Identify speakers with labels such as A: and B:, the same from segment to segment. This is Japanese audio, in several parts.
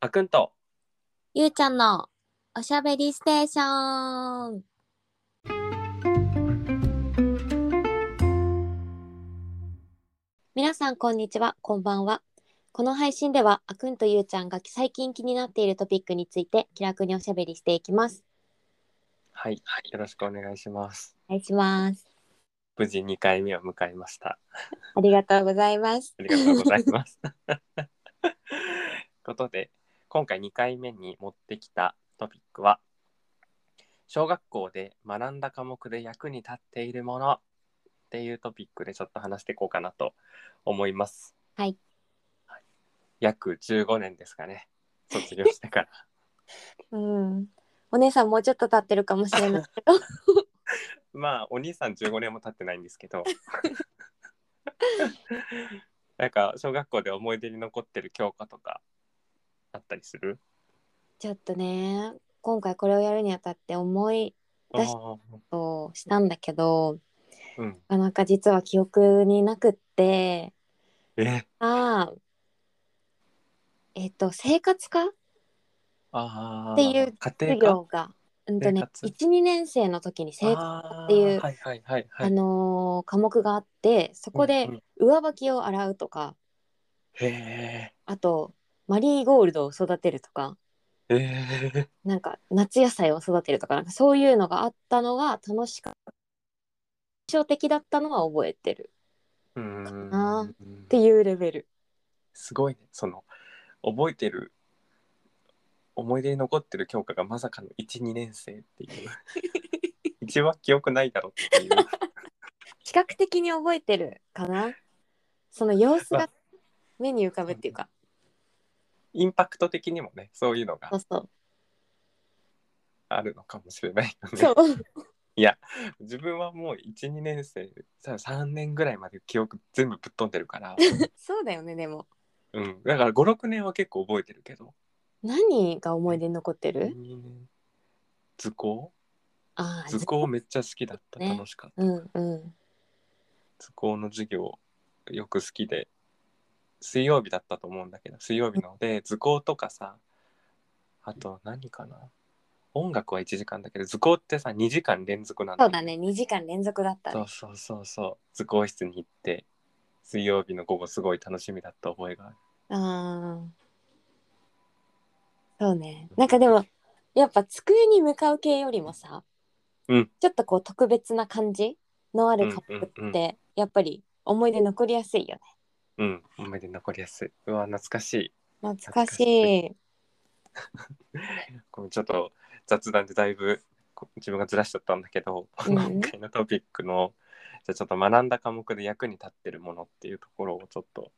A: あくんと
B: ゆうちゃんのおしゃべりステーション。皆さんこんにちは、こんばんは。この配信ではあくんとゆうちゃんが最近気になっているトピックについて気楽におしゃべりしていきます。
A: はいよろしくお願いします
B: お願いします。
A: 無事2回目を迎えました
B: ありがとうございます。
A: ありがとうございます ことで今回2回目に持ってきたトピックは小学校で学んだ科目で役に立っているものっていうトピックでちょっと話していこうかなと思います
B: はい
A: はい約15年ですかね卒業してから
B: うん。お姉さんもうちょっと経ってるかもしれないけど。
A: まあお兄さん15年も経ってないんですけど なんか小学校で思い出に残ってる教科とかあったりする
B: ちょっとね、今回これをやるにあたって思い
A: あ
B: 出し
A: ー
B: をしたんだけど、
A: うん、
B: なかなか実は記憶になくって
A: え
B: あーえっと生活科
A: あ
B: っていう
A: 家
B: 授
A: 庭科
B: 業がうんとね
A: 生活
B: 12年生の時に生あ、
A: あー
B: っていう
A: はいはいはいはい
B: のー科目があってそこで
A: うんうん
B: 上履きを洗うとか
A: へ
B: あとマリーゴールドを育てるとか
A: えへえ
B: なんか夏野菜を育てるとかなんかそういうのがあったのが楽しかった印象的だったのは覚えてる
A: う
B: な
A: ーん
B: っていうレベル。
A: すごいねその覚えてる思い出に残ってる教科がまさかの12年生っていう 一番記憶ないだろっていう
B: 視覚的に覚えてるかなその様子が目に浮かぶっていうか、
A: インパクト的にもねそういうのが
B: そうそう
A: あるのかもしれないよね。
B: そう
A: 自分はもう12年生さ3年ぐらいまで記憶全部ぶっ飛んでる から、
B: そうだよねでも
A: うん、だから56年は結構覚えてるけど
B: 何が思い出に残ってる、
A: 12年図工
B: ああ
A: 図工めっちゃ好きだった、
B: ね
A: 楽しかった
B: うんうん
A: 図工の授業よく好きで水曜日だったと思うんだけど水曜日ので図工とかさあと何かな音楽は1時間だけど図工ってさ2時間連続なんだ
B: そ
A: よ
B: うだね2時間連続だった
A: そ
B: ね
A: うそうそうそう図工室に行って水曜日の午後すごい楽しみだった覚えがある
B: あーそうねなんかでもやっぱ机に向かう系よりもさ、
A: うん
B: ちょっとこう特別な感じのあるカップ
A: うん
B: っ
A: うん
B: てやっぱり思い出残りやすいよね
A: うん思い出に残りやすいうわ懐かしい
B: 懐かし
A: 懐
B: い
A: これちょっと雑談でだいぶこ自分がずらしちゃったんだけど、
B: うん
A: 今回のトピックのじゃあちょっと学んだ科目で役に立ってるものっていうところをちょっと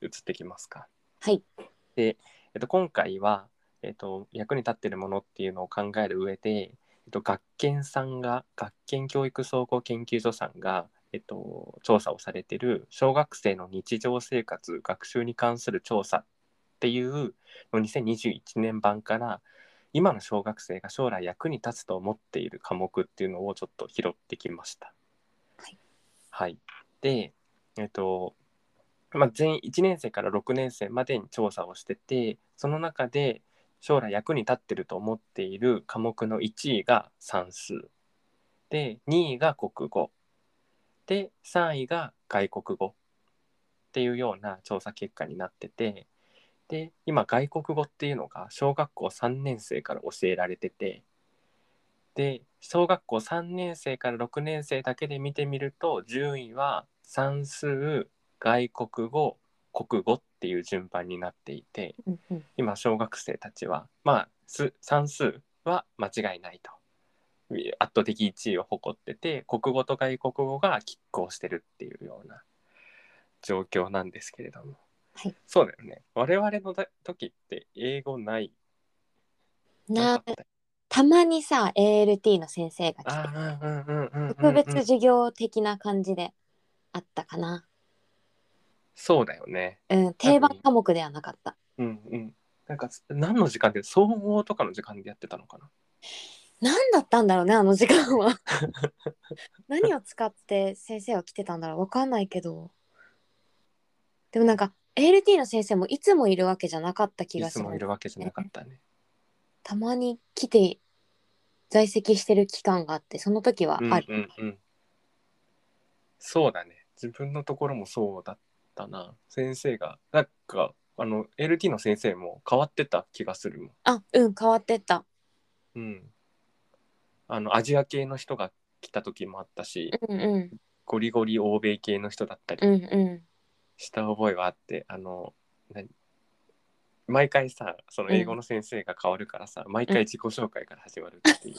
A: 移ってきますか。
B: はい
A: えっと、今回は、えっと、役に立ってるものっていうのを考える上で、えっと、学研さんが学研教育総合研究所さんが、えっと、調査をされてる小学生の日常生活学習に関する調査っていうの2021年版から今の小学生が将来役に立つと思っている科目っていうのをちょっと拾ってきました。
B: はい、
A: はい、で、えっとまあ、全1年生から6年生までに調査をしててその中で将来役に立ってると思っている科目の1位が算数で2位が国語で3位が外国語っていうような調査結果になっててで今外国語っていうのが小学校3年生から教えられててで小学校3年生から6年生だけで見てみると順位は算数外国語国語っていう順番になっていて
B: うんうん
A: 今小学生たちはまあす算数は間違いないと圧倒的1位を誇ってて国語と外国語が拮抗してるっていうような状況なんですけれども、
B: はい
A: そうだよね我々のだ時って英語ない
B: な
A: かったよ
B: たまにさ ALT の先生が来て
A: あーうんうんうんうんうん
B: 特別授業的な感じであったかな、
A: そうだよね
B: うん、定番科目ではなかった
A: うんうんなんか何の時間で総合とかの時間でやってたのかな
B: 何だったんだろうねあの時 間は何を使って先生は来てたんだろうわかんないけどでもなんか ALT の先生もいつもいるわけじゃなかった気
A: い
B: がす
A: つ
B: る
A: もいるわけじゃなかったね。
B: たまに来て在籍してる期間があってその時は
A: うん
B: ある、
A: うんうん。そうだね。自分のところもそうだったな。先生が、なんか、あの、LT の先生も変わってた気がするもん。
B: あうん変わってった
A: うん。あの、アジア系の人が来た時もあったし、
B: うんうん
A: ゴリゴリ欧米系の人だった
B: う
A: り
B: んう
A: した覚えはあって、あの、何毎回さ、その英語の先生が変わるからさ、毎回自己紹介から始まるって いう。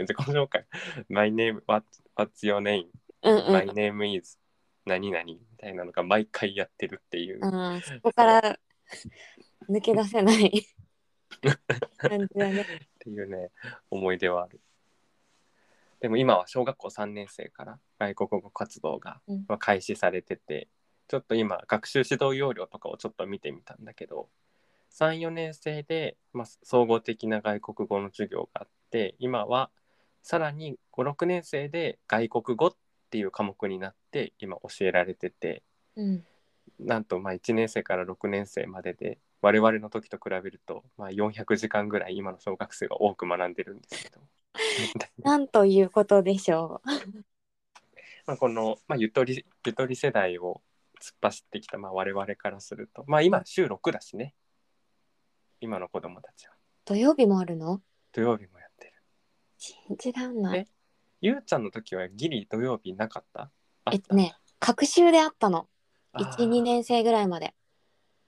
A: 自己紹介。My name, what, what's your name?
B: んうんう
A: マイ
B: ん
A: ネームイズ何々みたいなのが毎回やってるっていう、
B: うんそこから抜け出せない感じ だね
A: っていうね思い出はあるでも今は小学校3年生から外国語活動が
B: うん
A: まあ開始されてて、ちょっと今学習指導要領とかをちょっと見てみたんだけど34年生で、まあ、総合的な外国語の授業があって今はさらに56年生で外国語っていう科目になって今教えられてて、
B: うん
A: なんとまあ1年生から6年生までで我々の時と比べるとまあ400時間ぐらい今の小学生が多く学んでるんですけ ど
B: なんということでしょ
A: まあこの、まあ、ゆとりゆとり世代を突っ走ってきたまあ我々からするとまあ今週6だしね今の子供たちは
B: う土曜日もあるの
A: 土曜日もやってる
B: 信じらんない
A: えゆうちゃんの時はギリ土曜日なかったあ
B: え
A: っ
B: ったとね隔週であったの
A: あー
B: 12年生ぐらいまで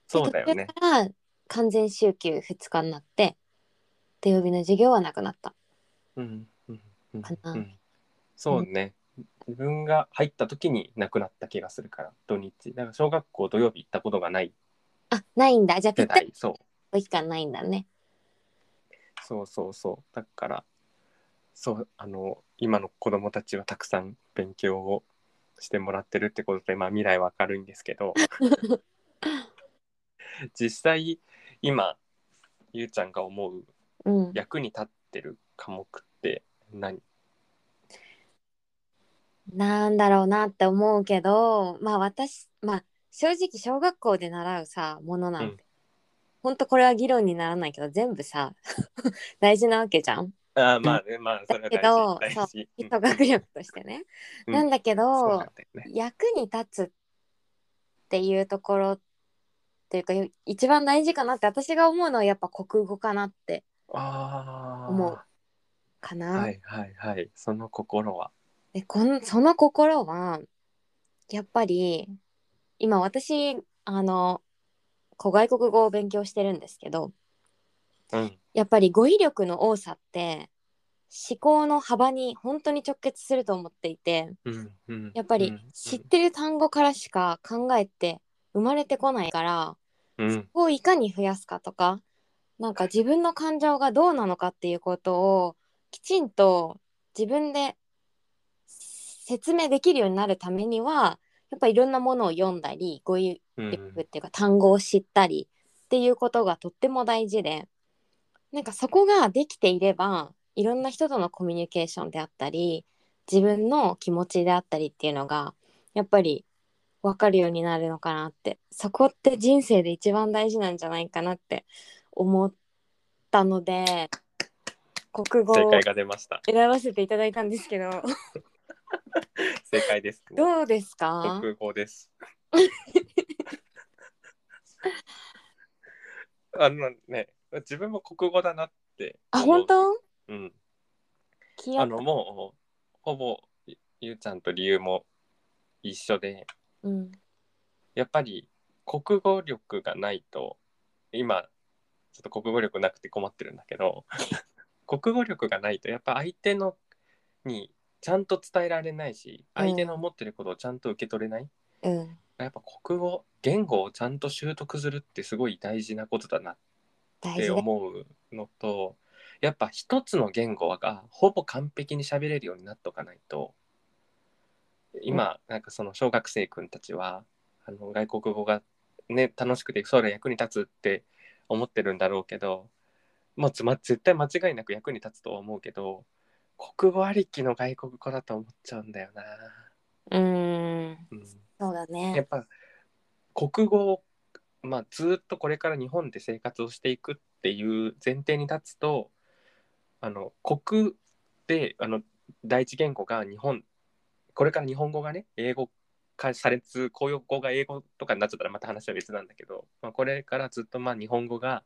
A: そうだよね
B: で途中から完全週休2日になって土曜日の授業はなくなった
A: うんうんうん
B: かな
A: うんそうね、自分が入った時に亡くなった気がするから土日だから小学校土曜日行ったことがない
B: あないんだじゃあぴ
A: 世
B: ったり
A: 代そう
B: の期間ないんだね
A: そうそうそうだからそうあの今の子供たちはたくさん勉強をしてもらってるってことで、まあ、未来は明るいんですけ ど実際今ゆうちゃんが思う
B: うん
A: 役に立ってる科目って何
B: なんだろうなって思うけどまあ私まあ正直小学校で習うさものなんて、
A: うん
B: ほんとこれは議論にならないけど全部さ 大事なわけじゃん
A: あーまあねまあそれは大事
B: だ
A: 大
B: け
A: 事
B: 基礎学力としてね、
A: うん
B: なんだけど
A: そうなんだよね
B: 役に立つっていうところっていうか一番大事かなって私が思うのはやっぱ国語かなって
A: ああ。
B: 思うかな、
A: はいはいはい。その心は。
B: でこのその心はやっぱり今私あのこう外国語を勉強してるんですけど
A: うん。
B: やっぱり語彙力の多さって思考の幅に本当に直結すると思っていて
A: うんうん。
B: やっぱり知ってる単語からしか考えて生まれてこないから
A: うん。うん。
B: をいかに増やすかとかなんか自分の感情がどうなのかっていうことをきちんと自分で説明できるようになるためにはやっぱいろんなものを読んだり語彙
A: うんうん
B: 力っていうか単語を知ったりっていうことがとっても大事でなんかそこができていればいろんな人とのコミュニケーションであったり自分の気持ちであったりっていうのがやっぱり分かるようになるのかなってそこって人生で一番大事なんじゃないかなって思ったので国語
A: 正
B: を
A: 解が出ました。
B: 選ばせていただいたんですけど
A: 正解です、ね。
B: どうですか
A: 国語です。あのね、自分も国語だなって
B: あ
A: 思う
B: 本当
A: うん。
B: 気合
A: あ
B: っ
A: の、もう、ほぼ、ゆゆうちゃんと理由も一緒で、
B: うん
A: やっぱり国語力がないと今ちょっと国語力なくて困ってるんだけど国語力がないとやっぱ相手のにちゃんと伝えられないし
B: うん
A: 相手の思ってることをちゃんと受け取れない、
B: うん
A: やっぱ国語言語をちゃんと習得するってすごい大事なことだなっ
B: 大
A: て
B: 事だ
A: 思うのとやっぱ一つの言語がほぼ完璧に喋れるようになっとかないと今なんかその小学生くんたちはあの外国語がね楽しくて将来役に立つって思ってるんだろうけどもうつま絶対間違いなく役に立つとは思うけど国語ありきの外国語だと思っちゃうんだよな。
B: うーん
A: うん
B: そうだ
A: や
B: ね
A: っぱ国語まあ、ずっとこれから日本で生活をしていくっていう前提に立つとあの国であの第一言語が日本これから日本語がね英語化されつ公用語が英語とかになっちゃったらまた話は別なんだけど、まあ、これからずっとまあ日本語が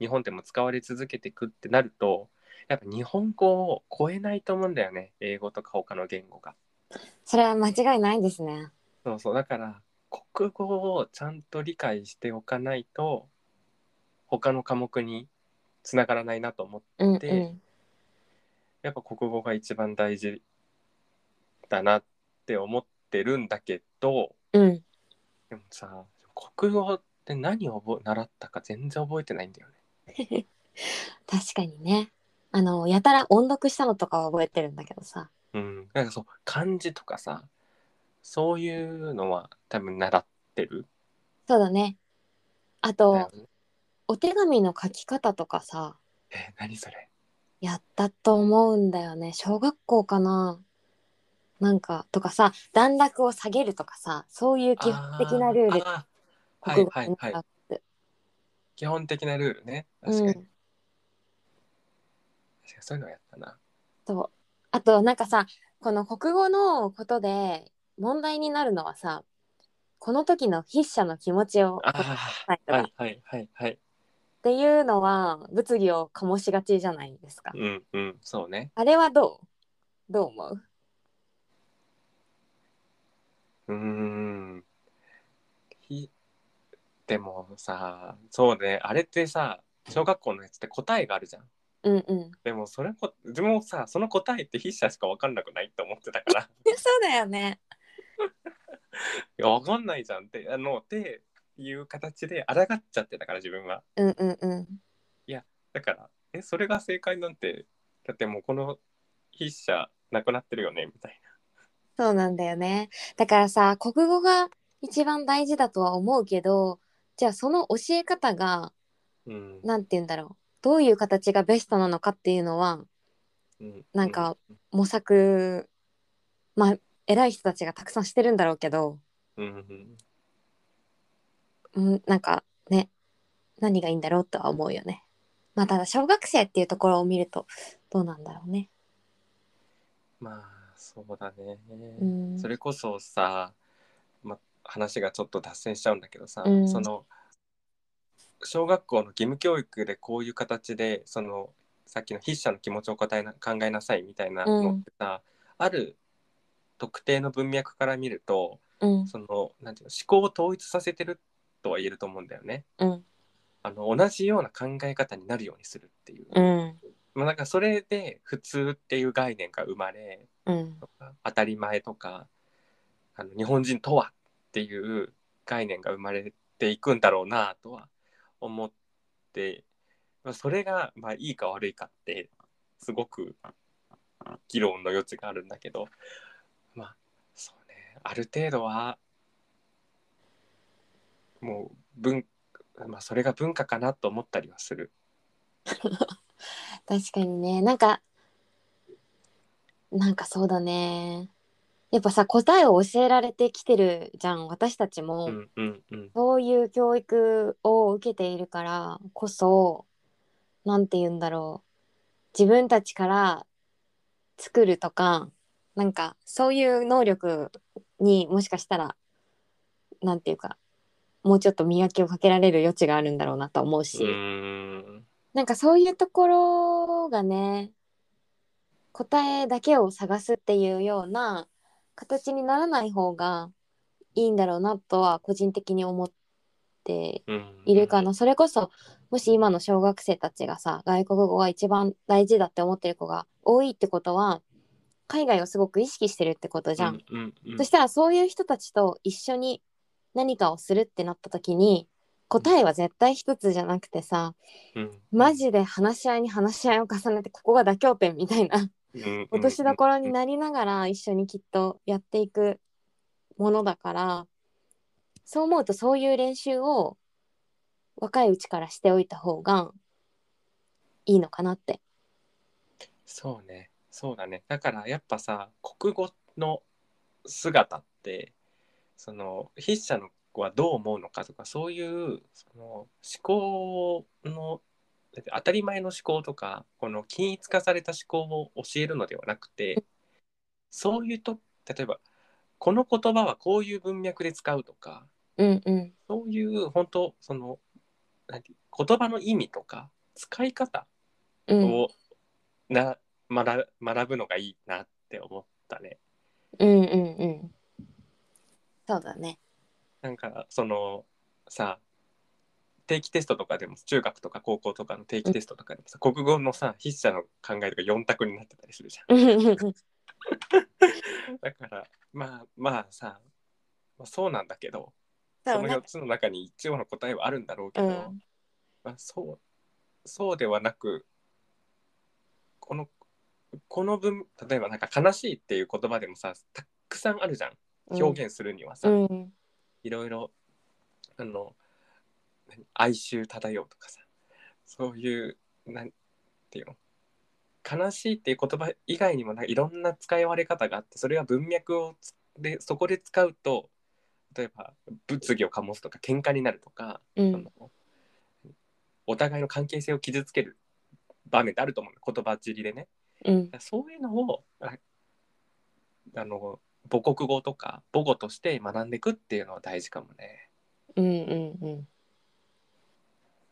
A: 日本でも使われ続けていくってなるとやっぱ日本語を超えないと思うんだよね英語とか他の言語が。
B: それは間違いないですね。
A: そうそうだから国語をちゃんと理解しておかないと他の科目につながらないなと思って
B: うん、う
A: で
B: ん。
A: やっぱ国語が一番大事だなって思ってるんだけど
B: うん。
A: でもさ国語って何を覚え習ったか全然覚えてないんだよね。
B: 確かにね。あの、やたら音読したのとかは覚えてるんだけどさ。
A: うん、なんかそう漢字とかさそういうのは多分習ってる
B: そうだね。あ
A: んだよ
B: と、
A: ね。
B: お手紙の書き方とかさ、
A: え何それ
B: やったと思うんだよね。小学校かな。なんか、とかさ、段落を下げるとかさ、そういう基本的なルール、
A: あー
B: 国語
A: はいはいはい基本的なルールね確か
B: う
A: に,、
B: ん
A: 確。かにそういうのやったな。
B: そうあとなんかさこの国語のことで問題になるのはさこの時の筆者の気持ちを答
A: あ
B: えないと
A: あ
B: か
A: は
B: っ
A: いはいはいはい。
B: ていうのは物議を醸しがちじゃないですか。
A: うんうんそうね。
B: あれはどうどう思う
A: うーん。ひでもさそうねあれってさ小学校のやつって答えがあるじゃん。
B: うんうん。
A: でもそれこ自分もさその答えって筆者しか分かんなくないって思ってた から
B: そうだよね。
A: いや分かんないじゃんってあのっていう形で抗っちゃってたから自分は。
B: うんうんうん。
A: だからえそれが正解なんてだってもうこの筆者なくなってるよねみたい
B: そうなんだよね。だからさ国語が一番大事だとは思うけどじゃあその教え方が
A: な。うん
B: なんて言うんだろうどういう形がベストなのかっていうのは
A: うん
B: なんか模索まあ偉い人たちがたくさんしてるんだろうけど、
A: うんうん
B: うん、なんかね何がいいんだろうとは思うよね。まあただ小学生っていうところを見るとどうなんだろうね。
A: まあそうだね。
B: うん、
A: それこそさ、ま、話がちょっと脱線しちゃうんだけどさ、
B: うん
A: その小学校の義務教育でこういう形でそのさっきの筆者の気持ちを答えな考えなさいみたいなのってさ、ある特定の文脈から見ると
B: うん
A: そのなんていうの思考を統一させてるとは言えると思うんだよね。
B: うん
A: あの同じような考え方になるようにするっていう、
B: うん
A: まあ、なんかそれで普通っていう概念が生まれ
B: うん
A: とか当たり前とかあの日本人とはっていう概念が生まれていくんだろうなとは思ってまあそれがまあいいか悪いかってすごく議論の余地があるんだけどまあそうねある程度はもう文、まあ、それが文化かなと思ったりはする。
B: 確かにねなんかなんかそうだねやっぱさ答えを教えられてきてるじゃん私たちも。
A: うんうんうん
B: そういう教育を受けているからこそ、なんて言うんだろう。自分たちから作るとか、なんかそういう能力にもしかしたら、なんていうか、もうちょっと磨きをかけられる余地があるんだろうなと思う
A: う
B: し、
A: ーん
B: なんかそういうところがね、答えだけを探すっていうような形にならない方がいいんだろうなとは個人的に思って
A: うん
B: いるかな、それこそもし今の小学生たちがさ外国語が一番大事だって思ってる子が多いってことは海外をすごく意識してるってことじゃん、
A: うんうんうん
B: そしたらそういう人たちと一緒に何かをするってなった時に答えは絶対一つじゃなくてさ
A: うん
B: マジで話し合いに話し合いを重ねてここが妥協点みたいな落としどころになりながら一緒にきっとやっていくものだからそう思うとそういう練習を若いうちからしておいた方がいいのかなって。
A: そうねそうだねだからやっぱさ国語の姿ってその筆者の子はどう思うのかとかそういうその思考のだって当たり前の思考とかこの均一化された思考を教えるのではなくてそういうと例えばこの言葉はこういう文脈で使うとか
B: うんうん
A: そういう本当そのなんて言葉の意味とか使い方
B: うん
A: をな、学学ぶのがいいなって思ったね。
B: うんうんうんそうだね
A: なんかそのさ定期テストとかでも中学とか高校とかの定期テストとかでもさ、国語のさ筆者の考えとか4択になってたりするじゃん。
B: うんうん
A: だからまあまあさ、まあ、そうなんだけど
B: そ
A: そうの
B: ね
A: 4つの中に一応の答えはあるんだろうけど、
B: うん
A: まあ、そうそうではなくこのこの文例えばなんか悲しいっていう言葉でもさたくさんあるじゃん表現するにはさ、
B: うん
A: いろいろあの何哀愁漂うとかさそういうなんていうの悲しいっていう言葉以外にもないろんな使い割れ方があってそれは文脈をつでそこで使うと例えば物議を醸すとか喧嘩になるとか、
B: うん
A: そのお互いの関係性を傷つける場面ってあると思うの言葉尻でね。
B: うん
A: そういうのをああの母国語とか母語として学んでいくっていうのは大事かもね。
B: うんうんうん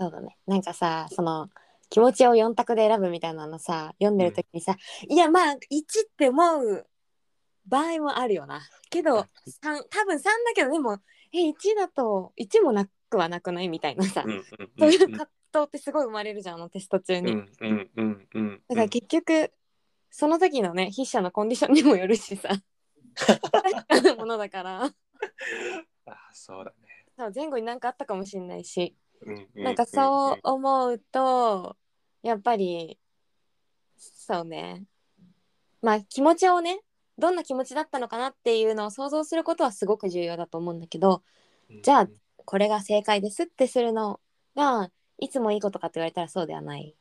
B: そうだねなんかさその気持ちを4択で選ぶみたいなのさ読んでる時にさ、いやまあ1って思う場合もあるよなけ
A: う
B: ど
A: ん
B: 3多分3だけどでもえ1だと1もなくはなくないみたいなさ、
A: うんうん
B: そういう葛藤ってすごい生まれるじゃんあのテスト中
A: うん
B: に、
A: うんうんうんうん
B: だから結局、その時のね筆者のコンディションにもよ るしさものだから
A: あそうだね。
B: そう前後になんかあったかもしれないし
A: うんう
B: なんかそう思うとやっぱりそうねまあ気持ちをねどんな気持ちだったのかなっていうのを想像することはすごく重要だと思うんだけど
A: うんうん
B: じゃあこれが正解ですってするのがいつもいいことかって言われたらそうではない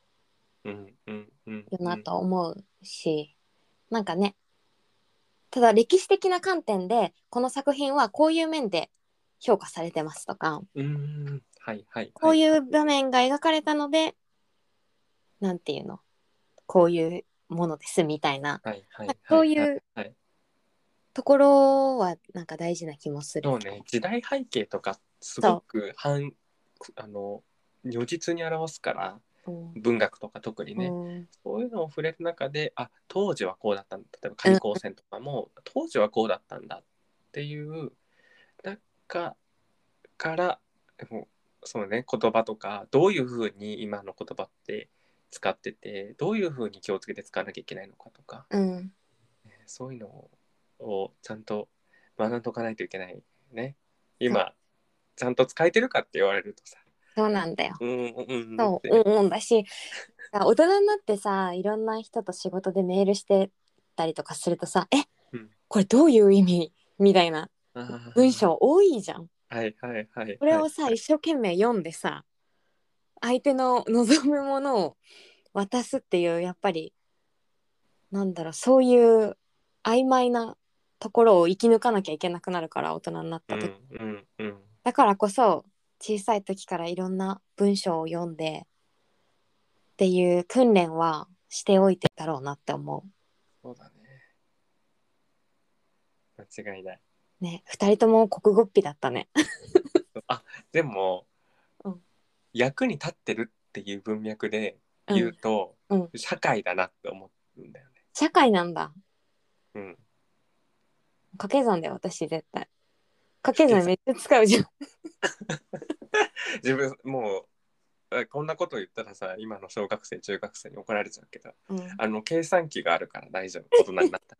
A: うんうんうん
B: よなと思うし、なんかねただ歴史的な観点でこの作品はこういう面で評価されてますとか、
A: うんうんはいはい
B: こう
A: う
B: いう場面が描かれたので、なんていうの、こういうものですみたいな、
A: はいはい
B: なん
A: は
B: かそう
A: は
B: いう
A: はい
B: ところはなんか大事な気もする。
A: そうね時代背景とかすごく反あの如実に表すから
B: うん
A: 文学とか特にね、
B: うん
A: そういうのを触れる中であ当時はこうだったんだ例えば仮高専とかも、当時はこうだったんだっていう中からでもそのね言葉とかどういうふうに今の言葉って使っててどういうふうに気をつけて使わなきゃいけないのかとか
B: うん、
A: そういうのををちゃんと学んでおかないといけないね今ちゃんと使えてるかって言われるとさ
B: そうなんだよ。
A: うんうんうん
B: そ
A: って
B: う、うんうんだし、大人になってさ、いろんな人と仕事でメールしてたりとかするとさ、え、
A: うん
B: これどういう意味みたいな
A: あー
B: 文章多いじゃん。
A: はいはいはい
B: これをさ、
A: はい
B: 一生懸命読んでさ相手の望むものを渡すっていうやっぱりなんだろうそういう曖昧なところを生き抜かなきゃいけなくなるから大人になった
A: う
B: 時、
A: んうんうん
B: だからこそ小さい時からいろんな文章を読んでっていう訓練はしておいてだろうなって思
A: そうだね。間違いない。
B: うね2人とも国語っぴだったね
A: あでも、
B: うん
A: 役に立ってるっていう文脈で
B: うん
A: 言うと、
B: うん
A: 社会だなって思うんだよね。
B: 社会なんだ
A: うん、
B: 掛け算だよ私絶対掛け算めっちゃ使うじゃん
A: 自分もうあこんなこと言ったらさ今の小学生中学生に怒られちゃうけど
B: うん
A: あの計算機があるから大丈夫大人になった。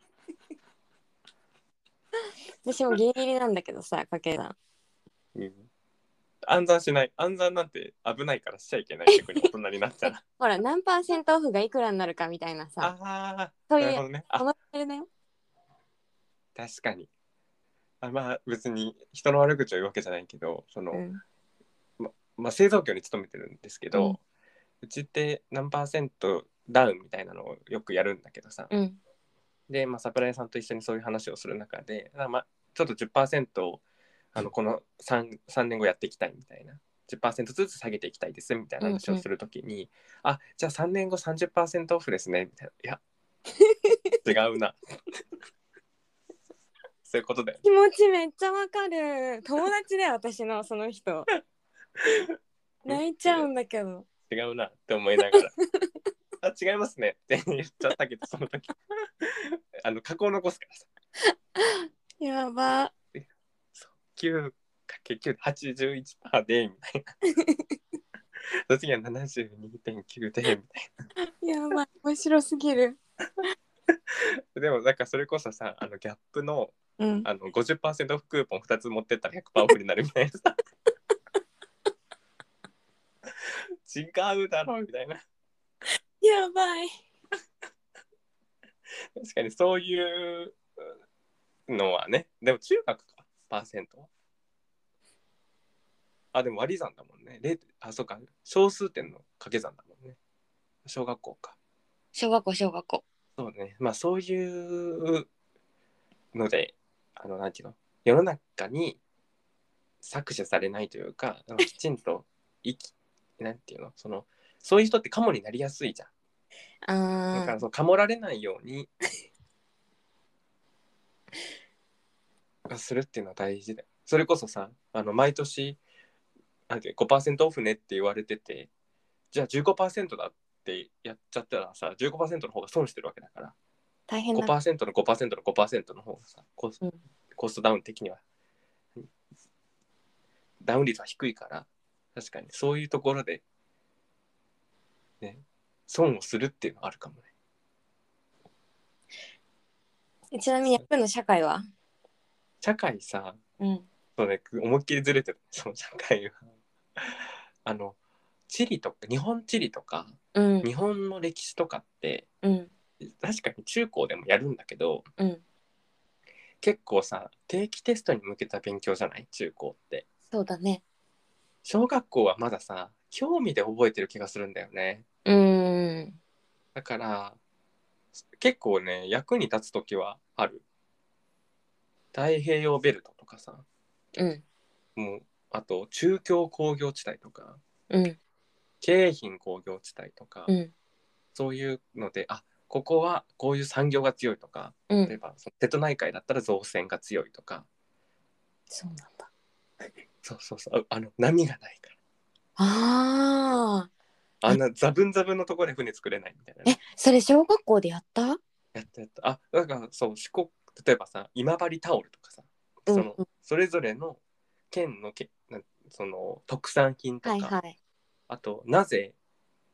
B: 私もギリギリなんだけどさ掛け算
A: うん暗算しない暗算なんて危ないからしちゃいけない逆に大人になったら
B: ほら何パーセントオフがいくらになるかみたいなさ
A: ああ
B: そう
A: ないるほ
B: う
A: どねあ
B: このレベルだよ
A: 確かにあまあ別に人の悪口を言うわけじゃないけどその、
B: うん
A: まあ、製造業に勤めてるんですけど、うちって何パーセントダウンみたいなのをよくやるんだけどさ、
B: うん
A: で、まあ、サプライヤーさんと一緒にそういう話をする中で、まあ、ちょっと10%あのこの 3, 3年後やっていきたいみたいな10%ずつ下げていきたいですみたいな話をするときに、あじゃあ3年後30%オフですねみたい ないや違うな そういうことだよ
B: 気持ちめっちゃわかる友達だよ私のそ の人泣いちゃうんだけど
A: 違うなって思いながらあ違いますねって言っちゃったけどその時あの加工残すからさ
B: やば
A: 9かけ9 81パーでみたいなその次は72.9でみたい
B: やば面白すぎる
A: なでもなんかそれこそさあのギャップの
B: うん
A: あの50%オフクーポン2つ持ってったら100%オフになるみたいなさ違うだろうみたいな
B: やばい
A: 確かにそういうのはねでも中学かパーセントはあでも割り算だもんね0あそうか小数点の掛け算だもんね小学校か
B: 小学校小学校
A: そうねまあそういうのであのなんていうの世の中に搾取されないというかなんかきちんと生きなんていうのそのそういう人ってカモになりやすいじゃんだか
B: あ
A: らそのかもられないようにするっていうのは大事だよそれこそさあの毎年なんていう5%オフねって言われててじゃあ15%だってやっちゃったらさ15%の方が損してるわけだから
B: 大変だ
A: 5%の5%の5%の方がさコス,、
B: うん
A: コストダウン的にはダウン率は低いから確かにそういうところで、ね、損をするっていうのはあるかもね。
B: ちなみにやっぱりの社会は
A: 社会さ
B: うん
A: そうね思いっきりずれてるその社会はあの地理とか日本地理とか
B: うん
A: 日本の歴史とかって
B: うん
A: 確かに中高でもやるんだけど
B: うん
A: 結構さ定期テストに向けた勉強じゃない中高って
B: そうだね
A: 小学校はまださ興味で覚えてる気がするんだよね
B: うん
A: だから結構ね役に立つ時はある太平洋ベルトとかさ
B: うん
A: もうあと中京工業地帯とか
B: うん
A: 京浜工業地帯とか、
B: うん
A: そういうのであここはこういう産業が強いとか
B: う
A: 例え
B: ん
A: ばその瀬戸内海だったら造船が強いとか
B: そうなんだ
A: そうそうそうああの波がないか
B: ああ
A: らあんなザブンザブンのところで船作れないみたいな
B: え
A: ね
B: それ小学校でやった
A: やったやったあだからそう四国例えばさ今治タオルとかさ
B: うん
A: そのそれぞれの県のけなんその特産品とか、
B: はいはい
A: あとなぜ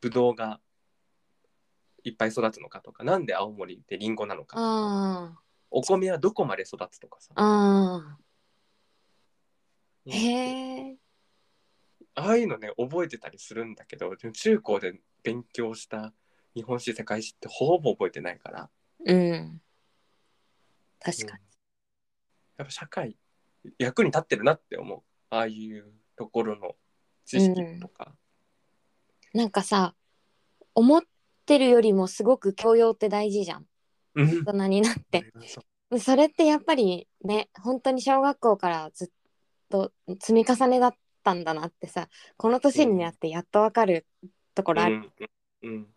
A: ブドウがいっぱい育つのかとかなんで青森でリンゴなのかとか
B: あ
A: お米はどこまで育つとかさ
B: ああ
A: う
B: あ
A: ん
B: へえ
A: ああいうのね覚えてたりするんだけどでも中高で勉強した日本史世界史ってほぼ覚えてないから、
B: うん
A: う
B: 確
A: ん
B: か
A: やっぱ社会役に立ってるなって思うああいうところの知識とか、
B: になんかさ思ってるよりもすごく教養って大事じゃん
A: うん
B: 大人になって
A: そう
B: それってやっぱりね本当に小学校からずっと積み重ねだったんだなってさこの年になってやっとわかるところあ
A: う
B: る、
A: んうんうん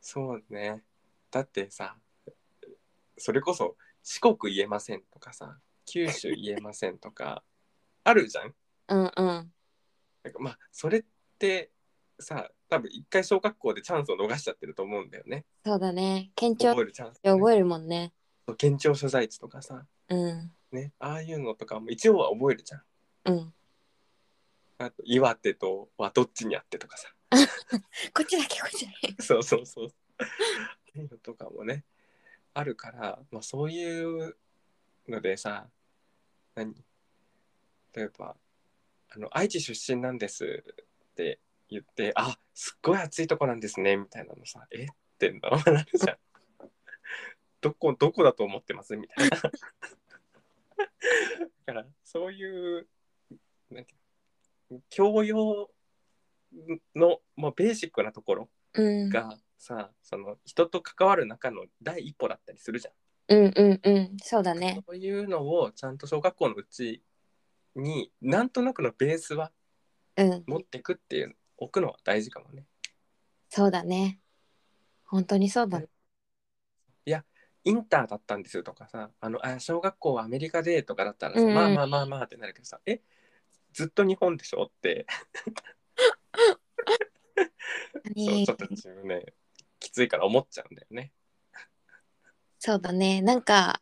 A: そうねだってさそれこそ四国言えませんとかさ九州言えませんとかあるじゃん
B: うん、うん
A: なんかまあそれってさ多分一回小学校でチャンスを逃しちゃってると思うんだよね
B: そうだね県庁
A: 覚えるチャンス、
B: 覚えるもんね
A: そう県庁所在地とかさ
B: うん
A: ねああいうのとかも一応は覚えるじゃん
B: うん
A: あと岩手とはどっちにあってとかさ
B: こっちだけこっちだけ
A: そうそうそうああいうのとかもねあるから、まあ、そういうのでさ何例えばあの「愛知出身なんです」って言って「あすっごい暑いとこなんですね」みたいなのさ「えっ?」てなるじゃん。どこどこだと思ってますみたいな。 だからそういうなんていうの教養の、まあ、ベーシックなところ
B: うん
A: がさその人と関わる中の第一歩だったりするじゃん
B: うんうんうんそうだね
A: そういうのをちゃんと小学校のうちになんとなくのベースは
B: うん
A: 持ってくっていう置くのは大事かもね。
B: そうだね本当にそうだね
A: インターだったんですよとかさあのあ小学校はアメリカでとかだったらさ、
B: うんうん
A: まあまあまあまあってなるけどさえずっと日本でしょって、そうちょっと自分ねきついから思っちゃうんだよね。
B: そうだねなんか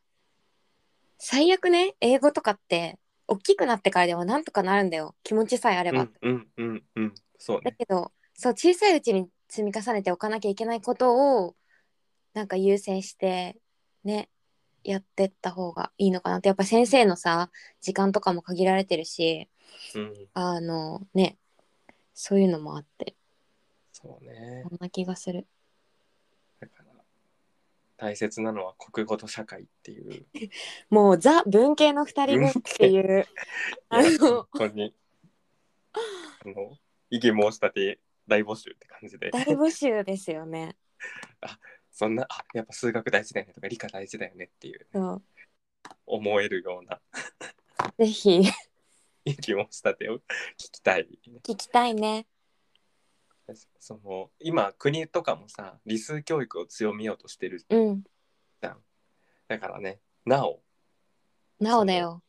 B: 最悪ね英語とかって大きくなってからでもなんとかなるんだよ気持ちさえあれ
A: う
B: ば、
A: んうんうんうんそう
B: だ
A: ね。
B: けどそう小さいうちに積み重ねておかなきゃいけないことをなんか優先してねやってった方がいいのかなってやっぱ先生のさ時間とかも限られてるし
A: うん
B: あのねそういうのもあって
A: そうね
B: そ。んな気がする
A: だから大切なのは国語と社会っていう。
B: もうザ文系の二人組っていうあ
A: いや
B: の
A: 本当にあの異議申し立て大募集って感じで
B: 大募集ですよね
A: そんなあやっぱ数学大事だよねとか理科大事だよねっていう
B: そう
A: 思えるような
B: ぜ ひ
A: 異議申し立てを聞きたい、
B: 聞きたいね
A: その今国とかもさ理数教育を強めようとしてる
B: うん
A: だからねなお
B: なおだよ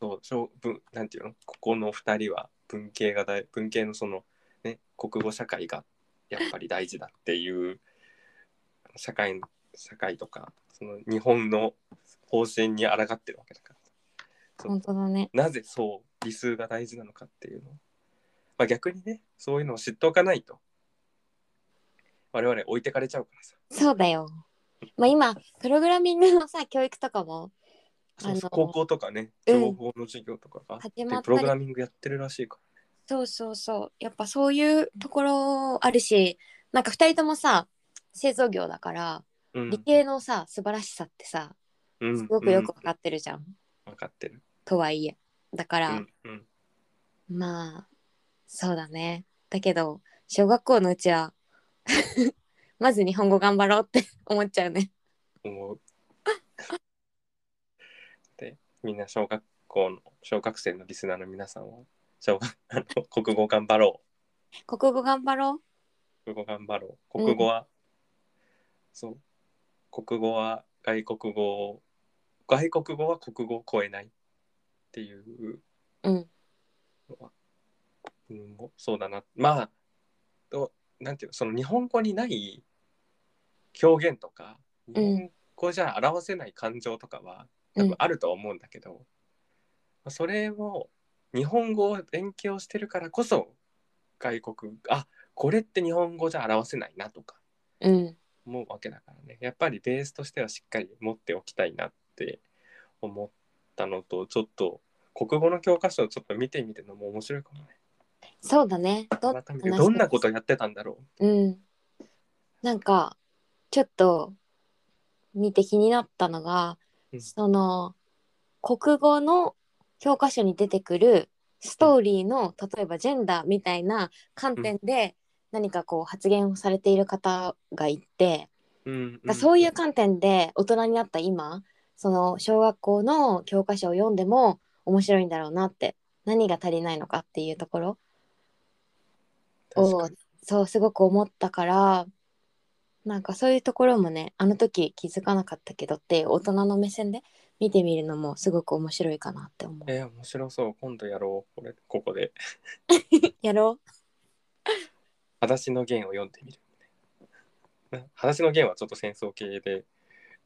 A: そう小文なんていうのここの2人は文系が大文系のそのね国語社会がやっぱり大事だっていう社会社会とかその日本の方針に抗ってるわけだからそう
B: 本当だね
A: なぜそう理数が大事なのかっていうのを、まあ、逆にねそういうのを知っておかないと我々置いてかれちゃうからさ
B: そうだよまあ今プログラミングのさ教育とかも
A: そう
B: あの
A: 高校とかね
B: うん
A: 情報の授業とかがあって、
B: 始まったり
A: プログラミングやってるらしいから。
B: そうそうそうやっぱそういうところあるしなんか2人ともさ製造業だから
A: うん
B: 理系のさ素晴らしさってさ
A: うん
B: すごくよく分
A: うん
B: かってるじゃん、
A: 分かってる。
B: とはいえだか
A: う
B: ら、
A: んうん
B: まあそうだねだけど小学校のうちは まず日本語頑張ろうって 思っちゃうね
A: 思う。でみんな小学校の小学生のリスナーの皆さんは小学あの国語頑張ろ
B: 国語頑張ろ
A: う国語頑張ろう
B: うん
A: 国語は、そう国語は外国語を外国語は国語を超えないっていう
B: ううん
A: のは、うん、もうそうだなまあとなんていうのその日本語にない表現とか日
B: ん
A: 本語じゃ表せない感情とかは多
B: う
A: 分
B: ん
A: あるとは思うんだけど、まあそれを日本語を勉強してるからこそ外国あこれって日本語じゃ表せないなとか
B: うん
A: 思うわけだからねやっぱりベースとしてはしっかり持っておきたいなって思ったのとちょっと国語の教科書をちょっと見てみてのも面白いかもね。
B: そうだねど
A: 改めてどんなことやってたんだろ
B: うんなんかちょっと見て気になったのが、
A: うん
B: その国語の教科書に出てくるストーリーの例えばジェンダーみたいな観点で何かこう発言をされている方がいて、
A: う、うん
B: だそういう観点で大人になった今その小学校の教科書を読んでも面白いんだろうなって何が足りないのかっていうところ
A: 確かに
B: そうすごく思ったからなんかそういうところもねあの時気づかなかったけどっていう大人の目線で見てみるのもすごく面白いかなって思う。
A: えー面白そう今度やろうこれここで
B: やろ
A: 「裸足の弦」を読んでみるな「裸足の弦」はちょっと戦争系で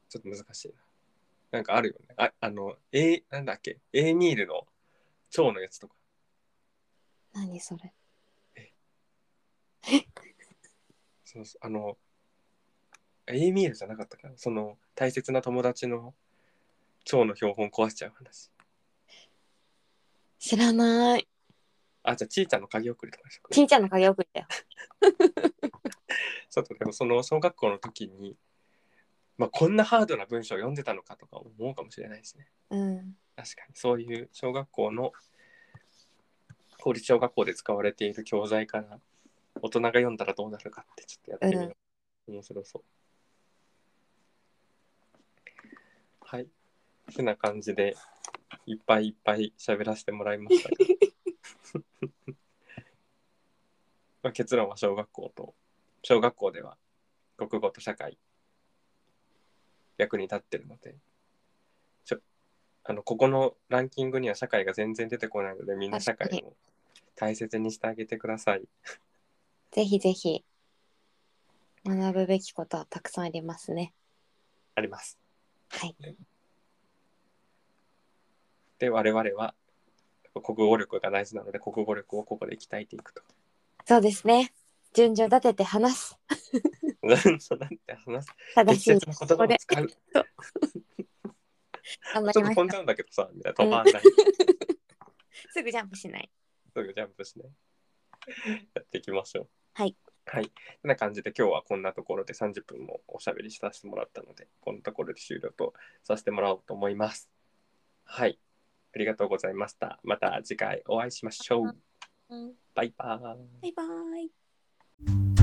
A: ちょっと難しいななんかあるよねああの、えなんだっけエーミールの蝶のやつとか
B: う何それ
A: そうそうあのエーミールじゃなかったかなその大切な友達の蝶の標本壊しちゃう話
B: 知らない。
A: あじゃあちーちゃんの鍵送りとかでしょうか
B: ちいちゃんの影送りだよ。
A: ちょっとでもその小学校の時に、まあ、こんなハードな文章を読んでたのかとか思うかもしれないですね。
B: うん
A: 確かにそういう小学校の公立小学校で使われている教材から大人が読んだらどうなるかってちょっとやってみよう。面白そう。てな感じでいっぱいいっぱい喋らせてもらいましたがまあ結論は小学校と小学校では国語と社会役に立ってるのでちょあのここのランキングには社会が全然出てこないのでみんな社会
B: 確
A: を大切にしてあげてください。
B: ぜひぜひ学ぶべきことはたくさんありますね。
A: あります。
B: はい。
A: で我々は国語力が大事なので国語力をここで鍛えていくと。
B: そうですね。順序立てて話す。
A: そうなんて話す
B: 正
A: 適
B: しい
A: 切な言葉を使う。ちょ
B: 頑張り
A: っと
B: ま
A: 飛
B: し
A: ん
B: た。
A: だんだけどさみたいな飛ばない。す
B: すぐジャンプしない。
A: ぐジャンプしね。 やっていきましょう。
B: はい。
A: はい。そんな感じで今日はこんなところで30分もおしゃべりさせてもらったのでこのところで終了とさせてもらおうと思います。はい。ありがとうございました。また次回お会いしましょう。バイバーイ。
B: バイバイ。